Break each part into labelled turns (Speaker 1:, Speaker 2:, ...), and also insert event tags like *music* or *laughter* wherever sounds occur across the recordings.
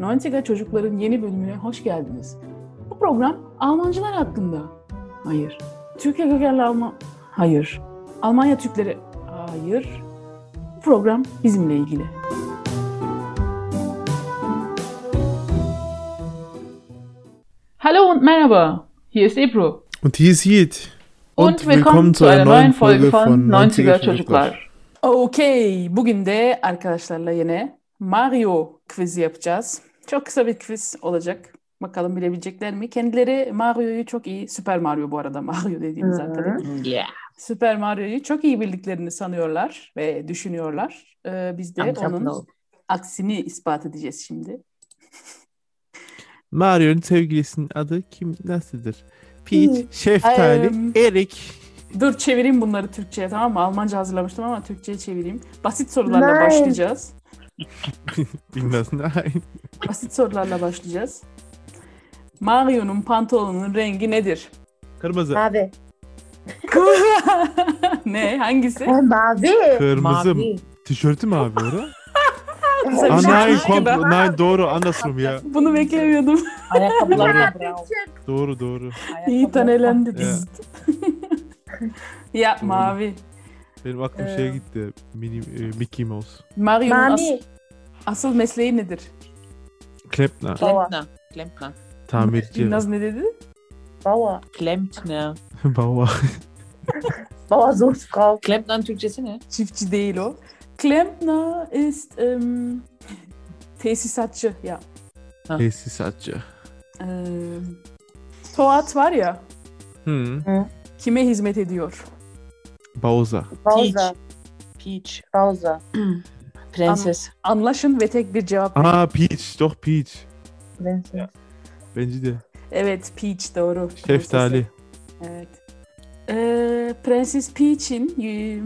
Speaker 1: Dantiga Çocukların yeni bölümüne hoş geldiniz. Bu program Almancılar hakkında. Hayır. Türkiye kökenli Alman... Hayır. Almanya Türkleri... Hayır. Bu program bizimle ilgili. Hallo und merhaba. Hier ist Ebru.
Speaker 2: Und hier ist Yiğit.
Speaker 1: Und, willkommen, zu einer neuen Folge von 90er Çocuklar. Okay, bugün de arkadaşlarla yine Mario quizi yapacağız. Çok kısa bir quiz olacak. Bakalım bilebilecekler mi? Kendileri Mario'yu çok iyi, Süper Mario bu arada *laughs* Mario dediğimiz
Speaker 3: Hı hı.
Speaker 1: arkadaş.
Speaker 4: Yeah.
Speaker 1: Süper Mario'yu çok iyi bildiklerini sanıyorlar ve düşünüyorlar. Ee, biz de
Speaker 3: Amca
Speaker 1: onun
Speaker 3: abla.
Speaker 1: aksini ispat edeceğiz şimdi.
Speaker 2: Mario'nun sevgilisinin adı kim? Nasıldır?
Speaker 1: Hmm,
Speaker 2: Peach, Şeftali,
Speaker 1: Em,
Speaker 2: Erik.
Speaker 1: Dur çevireyim bunları Türkçe'ye tamam mı? Almanca hazırlamıştım ama Türkçe'ye çevireyim. Basit sorularla
Speaker 3: Nice.
Speaker 1: başlayacağız.
Speaker 2: Bilmezsin. Ay,
Speaker 1: Basit sorularla başlayacağız. Mario'nun pantolonunun rengi nedir? *laughs*
Speaker 2: Kırmızı.
Speaker 3: Mavi.
Speaker 1: ne? Hangisi?
Speaker 3: Ha, mavi.
Speaker 2: Kırmızı mı?
Speaker 4: Mavi.
Speaker 2: Tişörtü mü abi
Speaker 1: *laughs*
Speaker 2: orada?
Speaker 1: Güzel bir şey
Speaker 2: Anay,
Speaker 1: çıkmış ki ben.
Speaker 2: komplo. Nein, doğru anasım ya.
Speaker 1: Bunu beklemiyordum.
Speaker 4: Ayakkabılar da bravo.
Speaker 2: Doğru doğru.
Speaker 1: İyi tanelendik.
Speaker 2: Ya.
Speaker 1: ya
Speaker 2: Doğru.
Speaker 1: mavi.
Speaker 2: Benim aklım
Speaker 1: Ee,
Speaker 2: şeye gitti. Mini, e, Mickey Mouse.
Speaker 1: Mario'nun as-
Speaker 3: Mavi.
Speaker 1: asıl mesleği nedir?
Speaker 2: Klepna.
Speaker 4: Klempner. Klempner.
Speaker 2: Tamirci.
Speaker 1: Naz ne dedi?
Speaker 3: Bauer.
Speaker 4: Klempner.
Speaker 2: *laughs* Baba.
Speaker 3: Bauersuchtfrau.
Speaker 4: Klempner'ın Türkçesi ne?
Speaker 1: Çiftçi değil o. Klempner ist em, tesisatçı ya.
Speaker 2: Tesisatçı.
Speaker 1: Em, Toat var ya
Speaker 2: Hı.
Speaker 1: kime hizmet ediyor?
Speaker 2: Bauza.
Speaker 3: Bauza.
Speaker 4: Peach.
Speaker 3: Bauza.
Speaker 4: Prenses.
Speaker 1: Anlaşın ve tek bir cevap. verin.
Speaker 2: Aa Peach. Doch Peach.
Speaker 3: Vincent.
Speaker 2: Bence de.
Speaker 1: Evet Peach doğru.
Speaker 2: Şeftali.
Speaker 1: Evet. Ee, Prenses Peach'in y-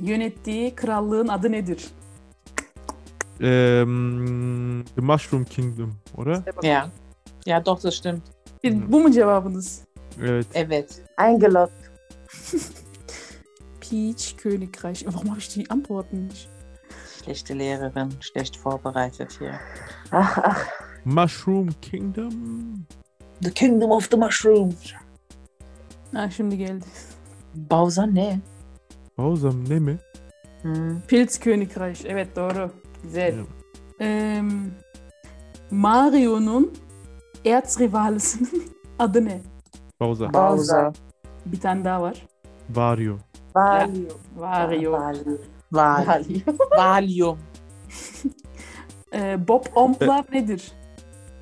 Speaker 1: yönettiği krallığın adı nedir?
Speaker 2: Ähm, The Mushroom Kingdom, oder?
Speaker 4: Ja. Ja, doch, das stimmt.
Speaker 1: Bir- bu mu cevabınız?
Speaker 2: Evet.
Speaker 4: Evet.
Speaker 3: Eingeloggt.
Speaker 1: Peach Königreich. Warum habe ich die Antworten nicht?
Speaker 4: Schlechte Lehrerin. Schlecht vorbereitet hier.
Speaker 3: Ach, ach.
Speaker 2: Mushroom Kingdom.
Speaker 4: *laughs* The Kingdom of the Mushroom.
Speaker 1: Ha, şimdi geldi. *laughs*
Speaker 4: Bowser ne?
Speaker 2: Bowser ne mi?
Speaker 4: Hm.
Speaker 1: Pilz Königreich. Evet doğru. Güzel.
Speaker 2: Evet.
Speaker 1: Ee, Mario'nun erzrivalisinin *laughs* adı ne?
Speaker 2: Bowser.
Speaker 3: Bauza.
Speaker 1: Bir tane daha var.
Speaker 2: Vario.
Speaker 3: Valio.
Speaker 1: Vario.
Speaker 3: Valio.
Speaker 4: Val
Speaker 3: Valio.
Speaker 4: Valium.
Speaker 1: Ee, Bob Omplar nedir?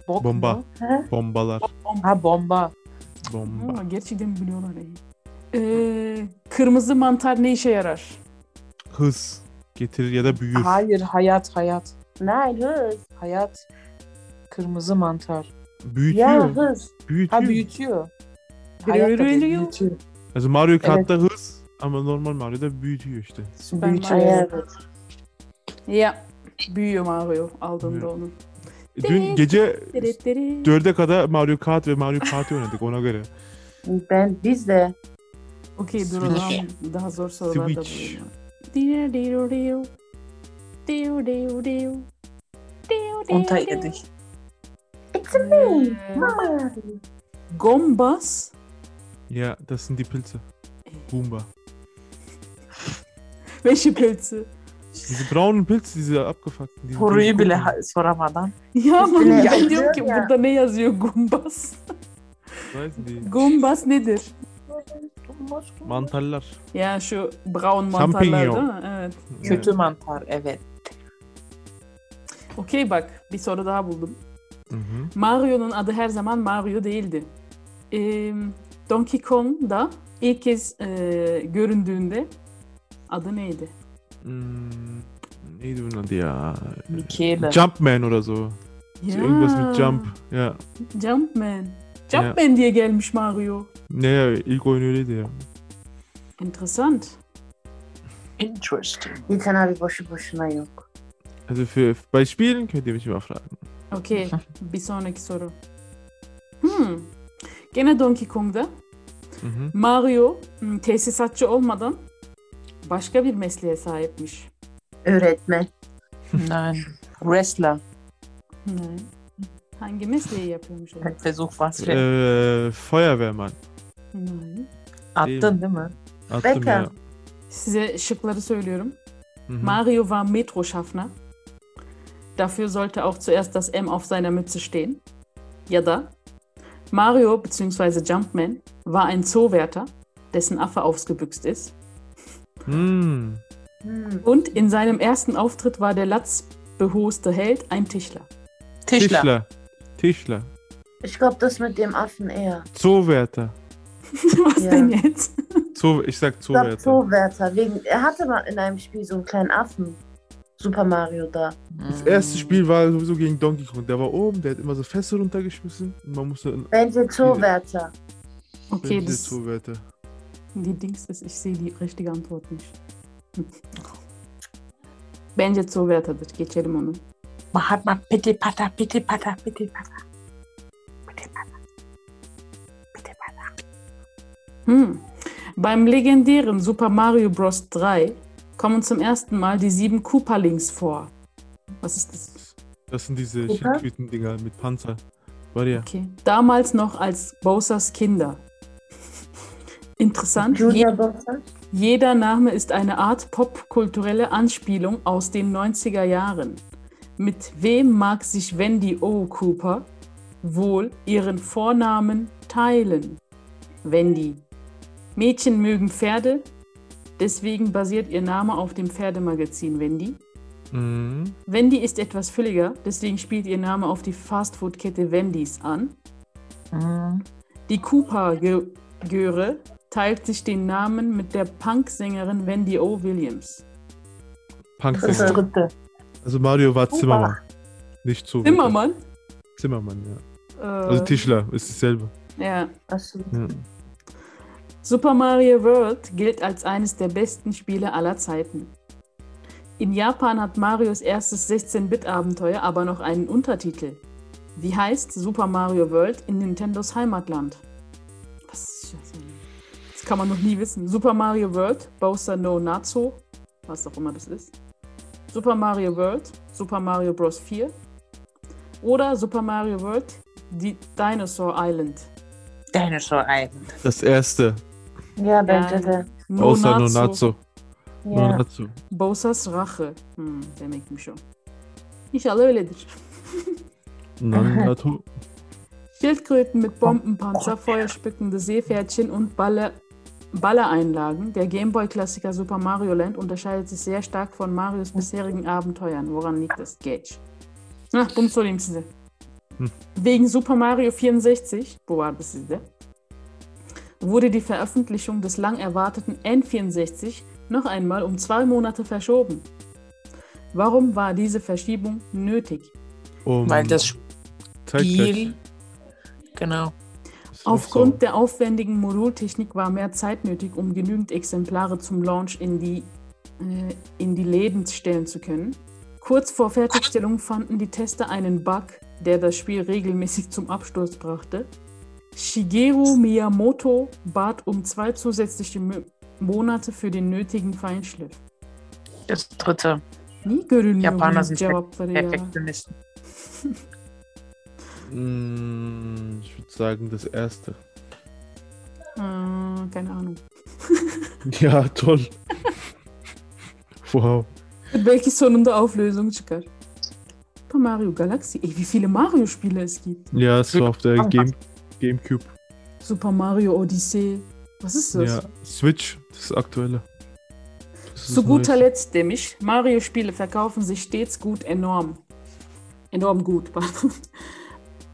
Speaker 4: Bok
Speaker 2: Bomba.
Speaker 4: mu?
Speaker 2: Bombalar.
Speaker 4: Ha bomba.
Speaker 2: Bomba.
Speaker 1: Aa, gerçekten biliyorlar iyi. Ee, kırmızı mantar ne işe yarar?
Speaker 2: Hız. Getir ya da büyür.
Speaker 4: Hayır hayat hayat.
Speaker 3: Nein, hız.
Speaker 4: Hayat. Kırmızı mantar.
Speaker 2: Büyütüyor.
Speaker 3: Ya hız.
Speaker 2: Büyütüyor.
Speaker 4: Ha büyütüyor.
Speaker 1: Yürü,
Speaker 4: Hayat da değil,
Speaker 1: yürü.
Speaker 4: büyütüyor.
Speaker 2: Also Mario Kart'ta hız ama normal Mario'da büyütüyor işte.
Speaker 1: Süper
Speaker 4: Büyütüyor.
Speaker 1: Mario.
Speaker 3: Hayır. hız.
Speaker 1: Ya büyüyor Mario aldığında onu.
Speaker 2: E, Dün
Speaker 1: Evet.
Speaker 2: gece
Speaker 1: Deretleri.
Speaker 2: 4'e kadar Mario Kart ve Mario Party oynadık ona göre.
Speaker 3: Ben biz de.
Speaker 1: Okey dur o
Speaker 2: Switch.
Speaker 1: zaman daha zor sorular da
Speaker 2: Switch.
Speaker 1: bulayım. Diyo diyo diyo. Diyo diyo diyo. Diyo diyo diyo.
Speaker 4: Unterirdisch.
Speaker 3: It's a
Speaker 4: Hmm.
Speaker 1: Ee,
Speaker 3: Mario.
Speaker 1: Gombas.
Speaker 2: Ja, das sind die Pilze. Boomba.
Speaker 1: Welche Pilze?
Speaker 2: Diese braunen Pilze, diese abgefuckten. Diese
Speaker 4: Soruyu bile
Speaker 2: Gumba.
Speaker 4: ha- soramadan.
Speaker 1: Ya
Speaker 3: Üstüne
Speaker 1: man ben
Speaker 3: yazıyor
Speaker 1: diyorum ki
Speaker 3: ya.
Speaker 1: burada ne yazıyor Gombas?
Speaker 2: Weiß nicht.
Speaker 1: Gombas nedir?
Speaker 2: Mantarlar.
Speaker 1: Ya şu brown mantarlar
Speaker 2: Champignon.
Speaker 1: değil mi? Evet.
Speaker 4: Kötü mantar evet.
Speaker 1: Okey bak bir soru daha buldum.
Speaker 2: Mhm.
Speaker 1: Mario'nun adı her zaman Mario değildi. Ee, Donkey Kong'da ilk kez e, göründüğünde adı neydi?
Speaker 2: Mm, Neydi bunun adı ya?
Speaker 4: Mikele.
Speaker 2: äh, Jumpman oder so. Also
Speaker 1: Ya,
Speaker 2: Irgendwas mit Şey, Jump. Ja.
Speaker 1: Jumpman. Jumpman diye gelmiş Mario.
Speaker 2: Naja ilk oyun öyleydi ya.
Speaker 1: Enteresan.
Speaker 4: Interesting.
Speaker 3: Nisan abi boşu boşuna yok.
Speaker 2: Also für, bei Spielen könnt ihr mich immer fragen.
Speaker 1: Okey. bir sonraki soru. Hmm. Gene Donkey Kong'da
Speaker 2: Mhm.
Speaker 1: Mario hmm, tesisatçı olmadan başka bir mesleğe sahipmiş.
Speaker 3: Öğretmen.
Speaker 4: Nein. Wrestler.
Speaker 1: Nein. Hmm. Hangi mesleği yapıyormuş acaba?
Speaker 4: Versuch was
Speaker 2: Äh,
Speaker 4: für.
Speaker 2: Ee, Feuerwehrmann.
Speaker 1: Nein.
Speaker 4: Attın değil mi?
Speaker 2: Attım
Speaker 3: Beka.
Speaker 2: ya.
Speaker 1: Size şıkları söylüyorum.
Speaker 2: Hı hı.
Speaker 1: Mario war Metroschaffner. Dafür sollte auch zuerst das M auf seiner Mütze stehen. Ja da. Mario bzw. Jumpman war ein Zoowärter, dessen Affe ausgebüxt ist.
Speaker 2: Hmm.
Speaker 3: Hm.
Speaker 1: Und in seinem ersten Auftritt war der latzbehoste Held ein Tischler. *laughs*
Speaker 4: Tischler.
Speaker 2: Tischler. Tischler.
Speaker 3: Ich glaube, das mit dem Affen eher.
Speaker 2: Zoowärter.
Speaker 1: Was
Speaker 3: Ja.
Speaker 1: denn jetzt?
Speaker 2: Zoo, ich sag
Speaker 3: Ich glaube,
Speaker 2: Zoowärter.
Speaker 3: Zoowärter. Wegen, er hatte mal in einem Spiel so einen kleinen Affen. Super Mario da.
Speaker 4: Mhm.
Speaker 2: Das erste Spiel war sowieso gegen Donkey Kong. Der war oben, der hat immer so Fässer runtergeschmissen. Und man musste in
Speaker 3: Benzel Zoowärter.
Speaker 1: Okay,
Speaker 2: diese
Speaker 1: das,
Speaker 2: Zoowärter.
Speaker 1: die Dings ist, ich sehe die richtige Antwort nicht. *laughs* Bence Zoowärter'dır. Geçelim onu.
Speaker 4: Mahatma piti pata piti pata piti pata.
Speaker 1: Hm. Beim legendären Super Mario Bros. 3 kommen zum ersten Mal die sieben Koopalings vor. Was ist das?
Speaker 2: Das sind diese
Speaker 3: Super.
Speaker 2: Schildkröten-Dinger mit Panzer. War ja.
Speaker 1: Okay. Damals noch als Bowsers Kinder. *laughs* Interessant. Je
Speaker 3: Junior Boxer.
Speaker 1: jeder Name ist eine Art popkulturelle Anspielung aus den 90er Jahren. Mit wem mag sich Wendy O. Cooper wohl ihren Vornamen teilen? Wendy. Mädchen mögen Pferde, deswegen basiert ihr Name auf dem Pferdemagazin Wendy.
Speaker 2: Mhm.
Speaker 1: Wendy ist etwas fülliger, deswegen spielt ihr Name auf die Fastfood-Kette Wendy's an.
Speaker 4: Mhm.
Speaker 1: Die Cooper-Göre teilt sich den Namen mit der Punk-Sängerin Wendy O. Williams.
Speaker 3: Das
Speaker 2: Punksänger.
Speaker 3: dritte.
Speaker 2: Also Mario war
Speaker 3: Super.
Speaker 2: Zimmermann. Nicht Zoowärter.
Speaker 1: Zimmermann?
Speaker 2: Zimmermann, ja.
Speaker 1: Äh,
Speaker 2: Also Tischler ist dasselbe.
Speaker 1: ja.
Speaker 3: Achso.
Speaker 2: Ja.
Speaker 1: Super Mario World gilt als eines der besten Spiele aller Zeiten. In Japan hat Marios erstes 16-Bit-Abenteuer aber noch einen Untertitel. Wie heißt Super Mario World in Nintendos Heimatland? Was ist das? denn? Das kann man noch nie wissen. Super Mario World, Bowser no Natsu, was auch immer das ist. Super Mario World, Super Mario Bros. 4 oder Super Mario World, die Dinosaur Island.
Speaker 4: Dinosaur Island.
Speaker 2: Das erste.
Speaker 3: Ja, Benzel.
Speaker 1: No
Speaker 2: Außer Nonazo.
Speaker 3: Ja.
Speaker 2: Nonazo.
Speaker 1: Bowser's Rache. Hmm, demekmiş o. İnşallah öyledir.
Speaker 2: Nonazo.
Speaker 1: Schildkröten mit Bombenpanzer, feuerspückende Seepferdchen und Balle, Ballereinlagen. Der Gameboy-Klassiker Super Mario Land unterscheidet sich sehr stark von Marios bisherigen Abenteuern. Woran liegt das? Gage. Ah, bunu sorayım size.
Speaker 2: Hm.
Speaker 1: Wegen Super Mario 64, wo war das sizde? Wurde die Veröffentlichung des lang erwarteten N64 noch einmal um zwei Monate verschoben. Warum war diese Verschiebung nötig?
Speaker 2: *laughs* Um,
Speaker 4: Weil das
Speaker 2: zeig,
Speaker 4: Spiel. Genau.
Speaker 2: zeig. Ist auch
Speaker 1: Aufgrund
Speaker 2: so.
Speaker 1: der aufwendigen Modultechnik war mehr Zeit nötig, um genügend Exemplare zum Launch in die, äh, in die Läden stellen zu können. Kurz vor Fertigstellung fanden die Tester einen Bug, der das Spiel regelmäßig zum Absturz brachte. Shigeru Miyamoto bat um zwei zusätzliche Mö- Monate für den nötigen Feinschliff.
Speaker 4: Das dritte.
Speaker 1: Niye görünmüyor
Speaker 4: Japaner
Speaker 1: bunun
Speaker 4: sind
Speaker 1: cevapları ya?
Speaker 4: Perfektionisten.
Speaker 2: Mm, Ich würde sagen, das erste. *laughs*
Speaker 1: Aa, Ah, keine Ahnung.
Speaker 2: Ja, *laughs* toll. wow.
Speaker 1: Belki sonunda Auflösung çıkar. Super Mario Galaxy. Ey, wie viele Mario-Spiele es gibt.
Speaker 2: Ja, es war auf der Game, Gamecube.
Speaker 1: Super Mario Odyssey. Was ist das?
Speaker 2: Ja, Switch, das aktuelle. Das ist
Speaker 1: Zu guter
Speaker 2: nice.
Speaker 1: Letzt nämlich, Mario-Spiele verkaufen sich stets gut enorm. Enorm gut, *laughs* pardon.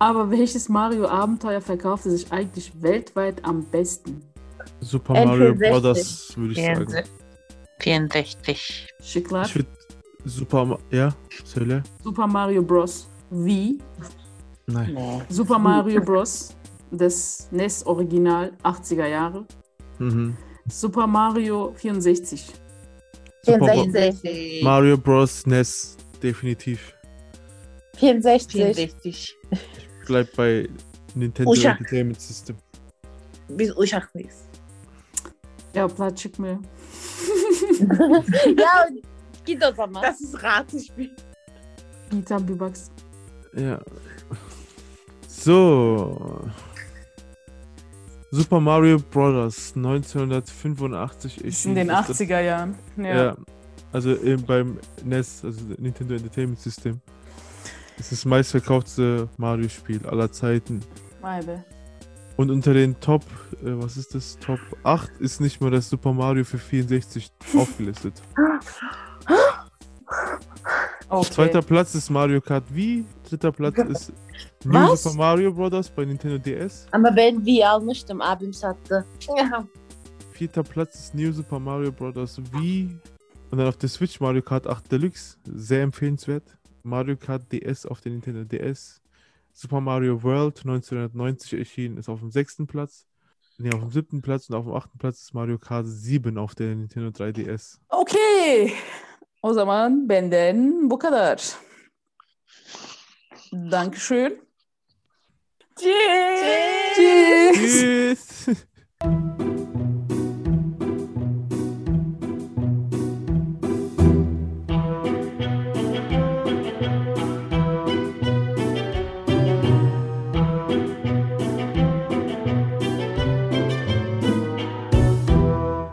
Speaker 1: Aber welches Mario-Abenteuer verkaufte sich eigentlich weltweit am besten?
Speaker 2: Super
Speaker 3: N64.
Speaker 2: Mario Brothers, würde ich sagen.
Speaker 4: 64.
Speaker 1: Şıklar.
Speaker 2: Ich würde Super Ma Ja, söyle.
Speaker 1: Super Mario Bros. Wii,
Speaker 2: Nein.
Speaker 4: Nee.
Speaker 1: Super Mario Bros. Das NES Original 80er Jahre.
Speaker 2: Mhm.
Speaker 1: Super Mario 64.
Speaker 2: Super Bo-
Speaker 3: 64.
Speaker 2: Mario Bros. NES, definitiv.
Speaker 3: 64.
Speaker 4: 64.
Speaker 2: Bleibt bei Nintendo
Speaker 3: Uşak.
Speaker 2: Entertainment System.
Speaker 3: Biz uşaklıyız.
Speaker 1: Cevaplar çıkmıyor.
Speaker 3: ya git o zaman. Das ist Ratespiel.
Speaker 1: Yiğitem bir baksın.
Speaker 2: Ja. So. Super Mario Bros. 1985
Speaker 1: Ist in den
Speaker 2: erschienen. Das-
Speaker 1: 80er Jahren. Ja.
Speaker 2: Ja. Also eben beim NES, also Nintendo Entertainment System. Das ist das meistverkaufte Mario-Spiel aller Zeiten.
Speaker 1: Mei, be.
Speaker 2: Und unter den Top, äh, was ist das? Top 8 ist nicht mal das Super Mario für 64 aufgelistet.
Speaker 1: Okay.
Speaker 2: Zweiter Platz ist Mario Kart Wii. Dritter Platz ist New
Speaker 3: Was?
Speaker 2: Super Mario Bros. bei Nintendo DS.
Speaker 3: Ama ben bir almıştım abim sattı.
Speaker 2: Vierter Platz ist New Super Mario Bros. Wii. Und dann auf der Switch Mario Kart 8 Deluxe. Sehr empfehlenswert. Mario Kart DS auf der Nintendo DS. Super Mario World 1990 erschienen, ist auf dem sechsten Platz. Ne, auf dem siebten Platz und auf dem achten Platz ist Mario Kart 7 auf der Nintendo *laughs* 3DS.
Speaker 1: Okey. O zaman benden bu kadar. Dankeschön.
Speaker 3: Cheers.
Speaker 1: Cheers.
Speaker 2: Tschüss!